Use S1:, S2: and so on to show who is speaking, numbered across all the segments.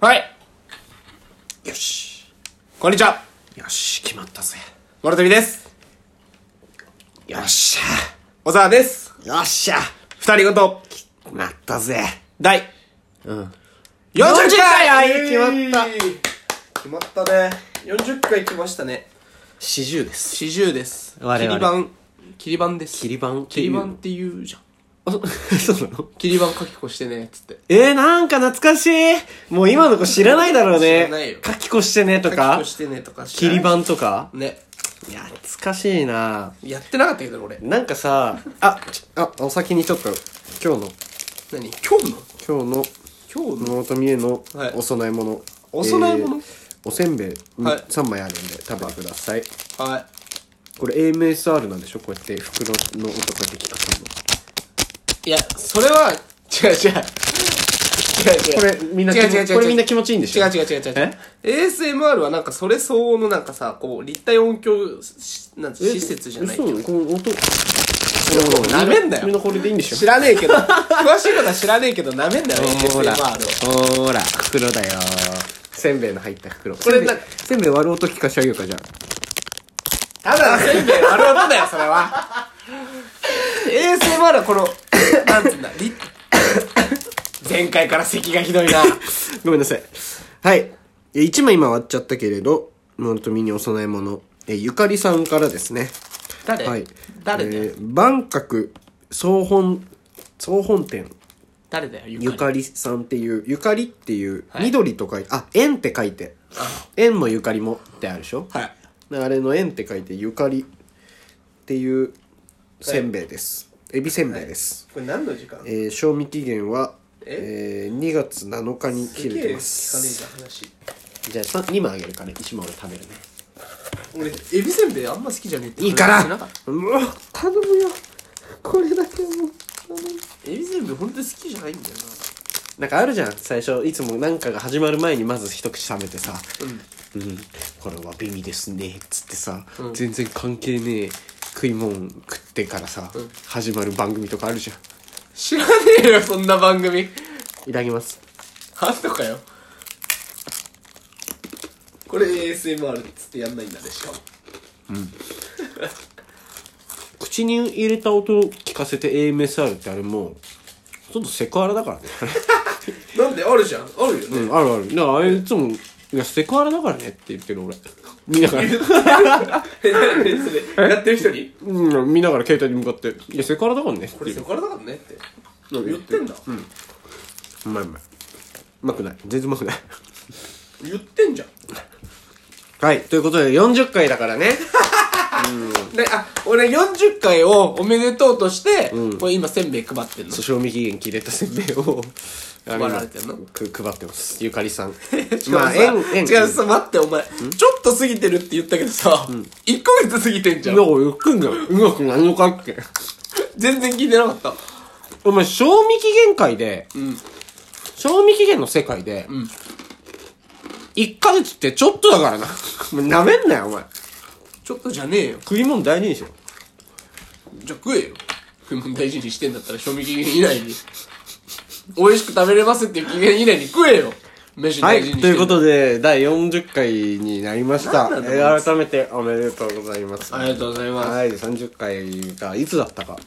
S1: はい。よし。こんにちは。
S2: よし、決まったぜ。
S1: 諸富です。
S2: よっし
S1: 小沢です。
S2: ゃ。よっしゃ。
S1: 二人ごと、
S2: 決まったぜ。
S1: 第、
S2: うん。
S1: 40回
S2: 40回
S1: はい決まった。決まったね。40回来ましたね。
S2: 四十です。
S1: 四十です。
S2: 我々
S1: 切り板、切り板です。
S2: 切り板って
S1: 切
S2: い
S1: り
S2: う
S1: 板って言うじゃん。
S2: あ、そそうなの
S1: 切り板書き越してね、つって。
S2: えー、なんか懐かしい。もう今の子知らないだろうね。
S1: 知らないよ
S2: 書き越してねと
S1: 書き
S2: か
S1: 越、してねとか。
S2: 切り。板とか。
S1: ね。
S2: いや、懐かしいな
S1: やってなかったけど俺。
S2: なんかさ、あ、ちあ、お先にちょっと、今日の、
S1: 何今日の
S2: 今日の、
S1: 今日の
S2: ノートミエの
S1: はい
S2: お供え物。
S1: お供え物
S2: ーおせんべい
S1: はい
S2: 3枚あるんで食べてください。
S1: は
S2: これ AMSR なんでしょこうやって袋の音ができる
S1: い。いや、それは、違う違う。違う違う。
S2: の。これみんな気
S1: 違う
S2: 持
S1: 違う違う違う。
S2: これみんな気持ちいいんでし
S1: 違
S2: ょ
S1: う違う違う違う。ASMR はなんかそれ相応のなんかさ、こう、立体音響し、なんて、
S2: え
S1: 施設じゃないけ
S2: 嘘
S1: ど。
S2: この音。
S1: なめんなよ
S2: みんなこれでいいんでし
S1: 知
S2: ょ
S1: らねえけど、詳しいことは知らねえけど、なめんなよ、
S2: ほ
S1: ASMR
S2: ら。
S1: を。
S2: ほら。袋だよ。せんべいの入った袋。こ
S1: れ
S2: れ
S1: な
S2: せんべい割る音聞かしてあげようか、じゃあ。
S1: ただのせんべい丸音だよ、それは。ASMR はこの、 なんつうんだ、立 前回から咳がひどいな。
S2: ごめんなさい。はい。え1枚今割っちゃったけれど、モントミにお供え物。え、ゆかりさんからですね。
S1: 誰、
S2: はい。
S1: 誰だよ、
S2: えー万角総本、総本店。
S1: 誰だよ、ゆかり
S2: ゆかりさんっていう、ゆかりっていう、
S1: い
S2: 緑と書いて、あ、縁って書いて、縁もゆかりもってあるでしょ
S1: はい。
S2: あれの縁って書いて、ゆかりっていうせんべいです。エビせんべいです。
S1: これ何の時間
S2: えー賞味期限は、
S1: え
S2: えー2月7日に切れてます。
S1: え聞かねえじ
S2: じゃあさ2枚あげるから、1枚俺食べるね。
S1: ゃん、話。俺、エビせんべいあんま好きじゃねえって
S2: いいから
S1: 話してなった
S2: うわ頼むよこれだけはもう頼む。
S1: エビせんべい本当に好きじゃないんだよな。
S2: なんかあるじゃん最初いつもなんかが始まる前にまず一口冷めてさ
S1: うん。
S2: うん、これは美味ですねっつってさ、
S1: うん
S2: 全然関係ねえ食い物食ってからさ、
S1: うん
S2: 始まる番組とかあるじゃん
S1: 知らねえよ、そんな番組。
S2: いただきます
S1: あんのかよ。これ ASMR っつってやんないんだね、しかも。
S2: 口に入れた音聞かせて AMSR ってあれもうちょっとセクハラだから ね
S1: なんであるじゃん。あるよ
S2: う
S1: ね。
S2: んあるあるだからあれいつも「いやセクハラだからね」って言ってる俺見な がら、
S1: え、なんでそれ。やってる人に。
S2: うん、見ながら携帯に向かって「いやセクハラだからね」って
S1: これ
S2: 言
S1: セ
S2: う
S1: クハラだからねって。
S2: うん
S1: 言ってんだ。
S2: うまいうまいうまくない全然うまくない
S1: 言ってんじゃん。
S2: はいということで40回だからね
S1: で、あ、俺40回をおめでとうとして、これ今せんべい配ってんの
S2: そう。賞味期限切れたせんべい をあ
S1: 配られてんの
S2: く配ってますゆかりさ ん
S1: 違う
S2: まあ
S1: さ
S2: 縁縁
S1: 違うさ、待って、お前。ちょっと過ぎてるって言ったけどさ、1ヶ月過ぎてんじゃ
S2: だ
S1: ん
S2: か。ら言ってんだようまく何のかって
S1: 全然聞いてなかった。
S2: お前賞味期限会で、
S1: ん
S2: 賞味期限の世界で、一1ヶ月ってちょっとだからな もうなめんなよお前
S1: ちょっとじゃねえよ。
S2: 食い物大事にしろ
S1: じゃあ食えよ。食い物大事にしてんだったら賞味期限以内に。美味しく食べれますっていう期限以内に食えよ。飯
S2: は
S1: 大
S2: い
S1: 事にして
S2: とい
S1: ん
S2: う
S1: だ
S2: ことで第40回になりました
S1: なんなの
S2: えー改めておめでとうございます
S1: ありがとうございます。
S2: はい30回がいつだったか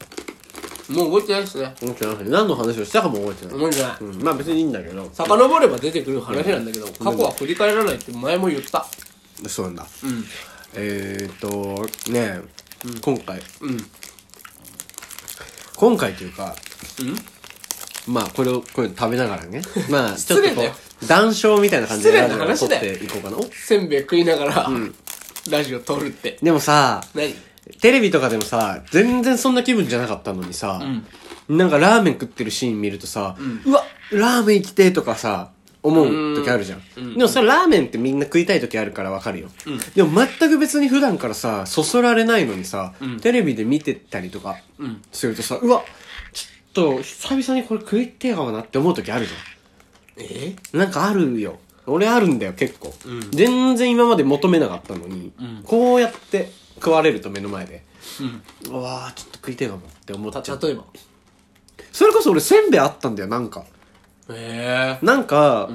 S1: もう動いてないですね。
S2: 覚えてない何の話をしたかも覚えてない、
S1: 思うんじゃない。
S2: うんまあ別にいいんだけど
S1: 遡れば出てくる話なんだけど、過去は振り返らないって前も言った。
S2: そうなんだ、えーっとねえ、今回、
S1: ん
S2: 今回というか、まあこれをこれ食べながらねまあちょっ
S1: 失
S2: と
S1: 礼
S2: こ
S1: だよ
S2: う談笑みたいな感じ
S1: 失
S2: で
S1: 礼
S2: ラ
S1: な
S2: ジ
S1: 話
S2: オを撮っ
S1: だよ
S2: ていこうかなお
S1: せんべい食いながら、ラジオ撮るって。
S2: でもさ
S1: 何
S2: テレビとかでもさ全然そんな気分じゃなかったのにさ、なんかラーメン食ってるシーン見るとさ、うわラーメン行きてえとかさ思う時あるじゃんでもそれラーメンってみんな食いたい時あるからわかるよ、でも全く別に普段からさそそられないのにさ、テレビで見てたりとかするとさ、うわちょっと久々にこれ食いてえかもなって思う時あるじゃん
S1: え
S2: なんかあるよ。俺あるんだよ、結構。全然今まで求めなかったのに、こうやって食われると目の前で。うわー、ちょっと食いてえかもって思っちゃう。
S1: 例えば。
S2: それこそ俺せんべいあったんだよ、なんか。
S1: え
S2: なんか、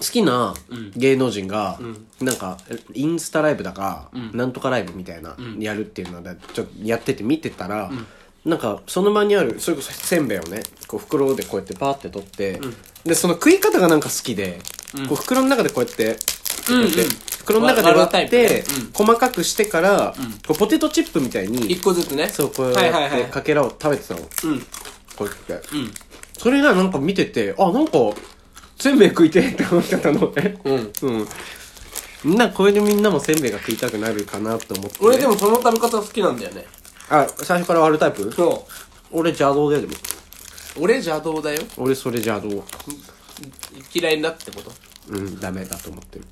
S2: 好きな芸能人が、なんか、インスタライブだか、なんとかライブみたいな、やるっていうので、ちょっとやってて見てたら、なんか、その場にある、それこそせんべいをね、こう袋でこうやってパーって取って、で、その食い方がなんか好きで、こう袋の中でこうやって、
S1: うんうん
S2: こうやって袋の中で
S1: わ割るタ
S2: 割
S1: イ
S2: っ
S1: プね
S2: て、細かくしてから、こうポテトチップみたいに
S1: 一、個ずつね
S2: そう、こう
S1: はいは
S2: や
S1: い
S2: っ
S1: はい
S2: てかけらを食べてたの。
S1: うん
S2: こうやって。それがなんか見てて、あ、なんか、せんべい食いてえって思っちゃったのね。
S1: うん
S2: うん。みんな、これでみんなもせんべいが食いたくなるかなと思って。
S1: 俺で。もその食べ方好きなんだよね
S2: あ、最初から割るタイプ
S1: そ
S2: 俺邪道だよ、でも。
S1: う俺邪道だよ
S2: 俺それ邪道。
S1: 嫌いになってこと
S2: うん、ダメだと思ってる。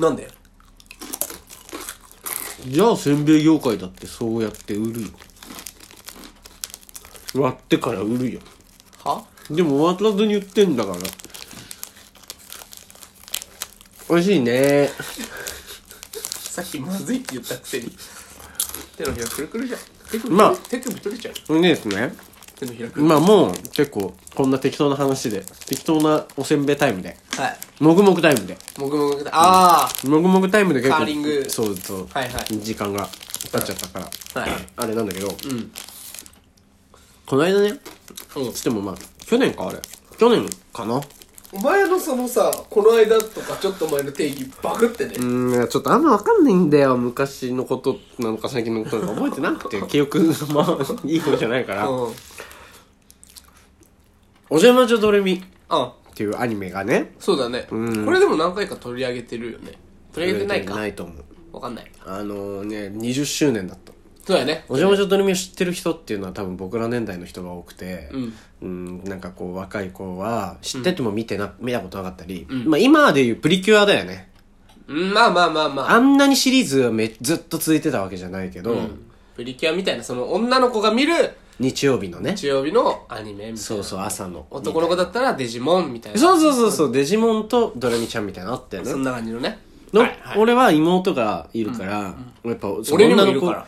S1: なんで
S2: じゃあ、せんべい業界だってそうやって売るよ。割ってから売るよ。
S1: は
S2: でも割らずに売ってんだから。美味しいね
S1: さっきまずいって言ったくせに手のひらくるくるじゃん手首,、
S2: まあ
S1: 手首取れちゃう
S2: これねですね。
S1: 手のひらくる
S2: まあもう結構こんな適当な話で、適当なおせんべいタイムで、
S1: はい
S2: もぐもぐタイムで、
S1: もぐもぐあ
S2: もぐもぐタイムで結構、
S1: カーリング
S2: そうそう、
S1: はいはい
S2: 時間が経っちゃったから、
S1: あはい
S2: あれなんだけど、
S1: ん
S2: この間ね、
S1: うん
S2: つってもまあ、去年かあれ、去年かな
S1: お前のそのさこの間とかちょっと前の定義バグってね
S2: うーん、ちょっとあんまわかんないんだよ、昔のことなのか最近のことなのか覚えてなくて、 記憶がまあ、いい方じゃないから、
S1: うん
S2: おじゃまじょドレミっ
S1: あ
S2: ていうアニメがね、
S1: そうだね、
S2: うん
S1: これでも何回か取り上げてるよね取り上げてないか
S2: ないと思う。
S1: わかんない
S2: あのね、20周年だった。
S1: そうだね
S2: おじゃまじょドレミを知ってる人っていうのは多分僕ら年代の人が多くて、
S1: うん
S2: うんなんかこう若い子は知ってても見てな、見たことなかったり、まあ今でいうプリキュアだよね。
S1: うんまあまあまあまあ
S2: あんなにシリーズはめずっと続いてたわけじゃないけど、
S1: プリキュアみたいなその女の子が見る
S2: 日曜日のね、
S1: 日曜日のアニメみたい
S2: そう
S1: な
S2: そう朝の。
S1: 男の子だったらデジモンみたいな
S2: そうそうそうそう、デジモンとドレミちゃんみたいなのあったよ
S1: そ
S2: ね。
S1: んな感じのね
S2: の
S1: はいはい
S2: 俺は妹がいるから、やっぱ、その
S1: 俺にも
S2: 女の
S1: いる
S2: 子
S1: から。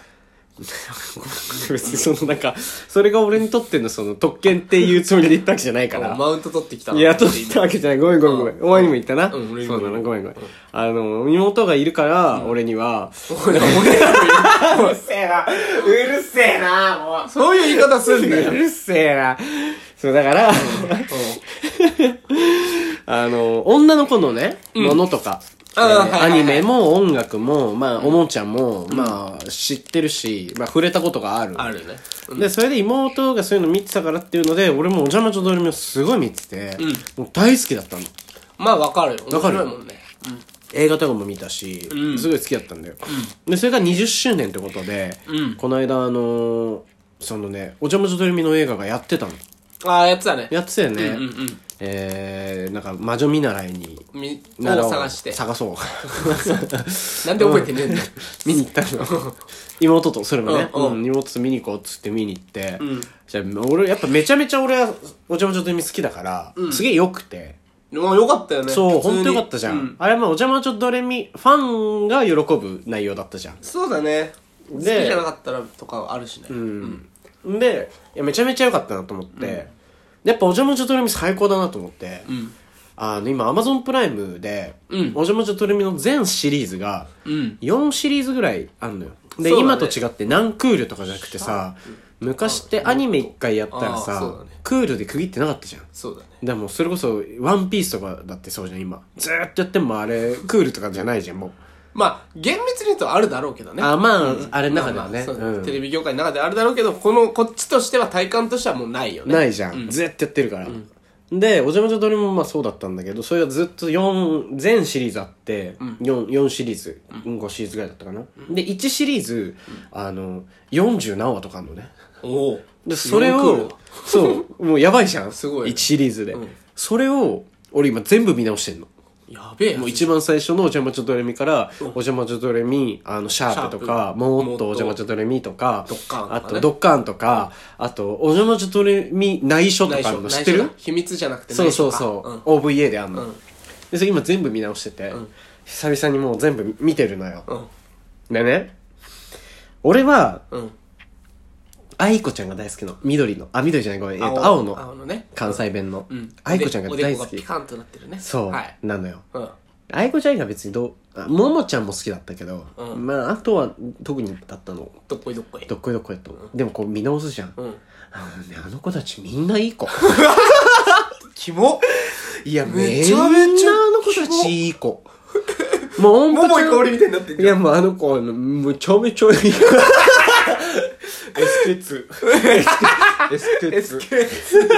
S2: 別 にそのなんか、それが俺にとってのその特権っていうつもりで言ったわけじゃない から。
S1: マウント取ってきたない
S2: や、取ったわけじゃない。ごめんごめんごめん。お前にも言ったな。
S1: うん俺に
S2: そ
S1: も
S2: うだな、ごめんごめん。あの、妹がいるから、俺には。
S1: 俺らもいる
S2: うるせえな。うるせえな、もう。
S1: そういう言い方す
S2: うん
S1: だよ、
S2: るせえな。そう、だから、あの、女の子のね、ものとか、え
S1: あー
S2: ー
S1: はい
S2: ア
S1: はいはい
S2: ニメも音楽も、まあ、おもちゃも、まあ、知ってるし、まあ、触れたことがある。
S1: あるね
S2: で、それで妹がそういうの見てたからっていうので、俺もお邪魔女ドレミをすごい見てて、もう大好きだったの。
S1: まあわかるよ面
S2: わかる
S1: 白いもんね
S2: 映画とかも見たし、すごい好きだったんだよ、でそれが20周年ってことで、この間あのーそのね「おじゃまじょドレミ」の映画がやってたの
S1: ああやつだね
S2: やってたよね、
S1: うんうんうん
S2: えー、なんか魔女見習いに
S1: みを
S2: 習おう
S1: 探して
S2: 探そう
S1: なんで覚えてねえんだよ
S2: 見に行った の妹とそれもね、
S1: うんう
S2: うんん妹と見に行こうっつって見に行って、じゃあ俺やっぱめちゃめちゃ俺は「おじゃまじょドレミ」好きだから、すげえ良くて
S1: もうよかったよね
S2: そう、
S1: 普通に
S2: 本当よかったじゃん。
S1: うん
S2: あれ、まあ、お邪魔女ドレミ、ファンが喜ぶ内容だったじゃん。
S1: そうだね好きじ
S2: で
S1: ゃなかったらとかはあるしね
S2: でいやめちゃめちゃ良かったなと思って、やっぱおじゃまじょとるみ最高だなと思って、あの今アマゾンプライムで、おじゃまじょとるみの全シリーズが
S1: ん
S2: 4シリーズぐらいあんのよで、
S1: そうだね
S2: 今と違って何クールとかじゃなくてさ昔ってアニメ1回やったら
S1: あーそうだ
S2: さ、
S1: ね
S2: クールで区切ってなかったじゃん
S1: そうだね
S2: でもそれこそ「ワンピースとかだってそうじゃん今ずーっとやってもあれクールとかじゃないじゃんもう
S1: まあ厳密に言うとあるだろうけどね
S2: あまあ、あれの中ではね、
S1: まあまあそう
S2: うん
S1: テレビ業界の中であるだろうけどこのこっちとしては体感としてはもうないよね
S2: ないじゃん、ずっとやってるから、で「おじゃまじゃドリ」もまあそうだったんだけどそれがずっと4全シリーズあって、四四 4, シリーズ、5シリーズぐらいだったかな、で1シリーズ、あの40何話とかあるのね
S1: おお
S2: でそれ
S1: 四クー
S2: を
S1: ル
S2: そうもうやばいじゃ ん
S1: すごいね
S2: 1シリーズで、
S1: うん
S2: それを俺今全部見直してんの
S1: やべえ
S2: もう一番最初のお邪魔女ドレミから、お邪魔女ドレミ、あの、シャープとか、
S1: シャープ
S2: も
S1: もっ
S2: っと
S1: と
S2: お邪魔女ドレミとか、
S1: ドッカーンとかね
S2: あと、ドッカーンとか、あと、お邪魔女ドレミ内緒と
S1: 内
S2: かあ
S1: 緒
S2: るの
S1: 内
S2: 知
S1: 緒
S2: って
S1: だ
S2: る
S1: 秘密じゃなくて
S2: そうそう
S1: 内緒か
S2: そう。OVA であんの。で、それ今全部見直してて、久々にもう全部見てるのよ。
S1: うんうん
S2: でね、俺は、
S1: うん
S2: 愛子ちゃんが大好きの、緑の、あ、緑じゃない、ごめん、えっと、青
S1: 青
S2: の、
S1: 青のね
S2: 関西弁の
S1: うん、
S2: 愛子ちゃんが
S1: おでお
S2: 大
S1: でこ
S2: 好
S1: がピ
S2: き。
S1: カンとなってるね
S2: そう、
S1: はい
S2: なのよ。
S1: うん
S2: 愛子ちゃんが別にどう、あももちゃんも好きだったけど、
S1: うん
S2: まあ、あとは特にだったの、
S1: どっこいどっこい
S2: どっこいどっこいと。でもこう見直すじゃん。
S1: うん
S2: あのね、あの子たちみんない い子。
S1: キモ
S2: いや、
S1: め
S2: め
S1: ち
S2: ち
S1: ゃ
S2: ゃ
S1: め
S2: め
S1: ち
S2: ち
S1: ゃ
S2: ゃあの子たちいい 子。もう、
S1: 桃
S2: ほん
S1: 井かおりみたいになってん
S2: い
S1: じゃん
S2: や、もうあの子、めちゃめちゃい い子。
S1: エス
S2: エスク
S1: ケツエスケツ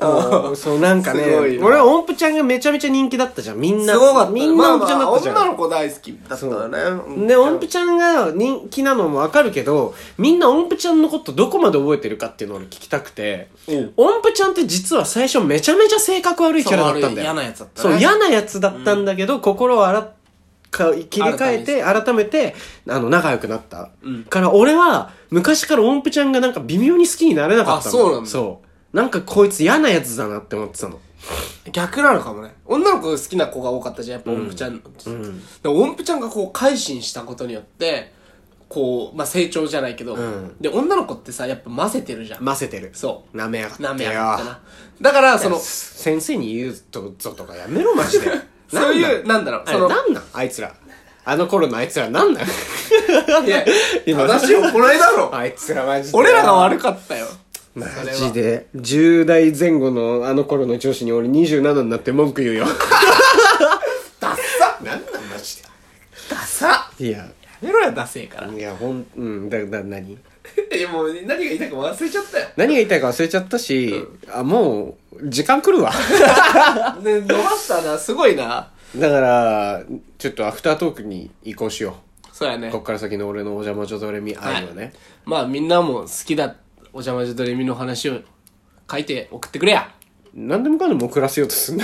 S2: もうそう、なんかね、
S1: すごいな
S2: 俺は音符ちゃんがめちゃめちゃ人気だったじゃん。みんな。
S1: すごかった
S2: みんな音符ちゃんだったじゃん。
S1: 女の子大好きだったよね
S2: そうで、音符ちゃんが人気なのもわかるけど、みんな音符ちゃんのことどこまで覚えてるかっていうのを俺聞きたくて
S1: うん、
S2: 音符ちゃんって実は最初めちゃめちゃ性格悪いキャラだったんだ
S1: そう悪い
S2: よ。
S1: 嫌なやつだったね
S2: そう、嫌なやつだったんだけど、心を洗っか切り替えて、改めて、あの、仲良くなった。
S1: うん
S2: から、俺は、昔から音符ちゃんがなんか微妙に好きになれなかったの
S1: あそうなんだ
S2: そう。なんかこいつ嫌なやつだなって思ってたの。
S1: 逆なのかもね女の子好きな子が多かったじゃんやっぱ音符ちゃん、
S2: うん。
S1: で音符ちゃんがこう改心したことによってこう、まあ、成長じゃないけど、
S2: ん
S1: で女の子ってさやっぱ混ぜてるじゃん、
S2: 混ぜてる。。
S1: そう
S2: 舐めやがってよ。
S1: なめやがったなだからその
S2: 先生に言うとぞとかやめろマジ で
S1: そういう
S2: なんだ
S1: なんだろう
S2: あ
S1: そ
S2: れ
S1: の
S2: なんなんあいつらあの頃のあいつらなんなん
S1: いや
S2: 今
S1: 正しい行いだろ
S2: あいつらマジで
S1: 俺らが悪かったよ
S2: マ
S1: それは
S2: ジで10代前後のあの頃の上司に俺27になって文句言うよ
S1: ダッサなんなんマジでダサや
S2: いや
S1: めろよダセえから
S2: いやほんうんだだ 何
S1: いやもう何が言いたいか忘れちゃったよ
S2: 何が言いたいか忘れちゃったし、あもう時間来るわ
S1: ね伸ばしたなすごいな
S2: だからちょっとアフタートークに移行しよ
S1: そうや
S2: う
S1: ね
S2: こっから先の俺のお邪魔女ドレミ愛をね、
S1: まあみんなも好きだお邪魔女ドレミの話を書いて送ってくれや
S2: 何でもかんでも暮らせようとすんな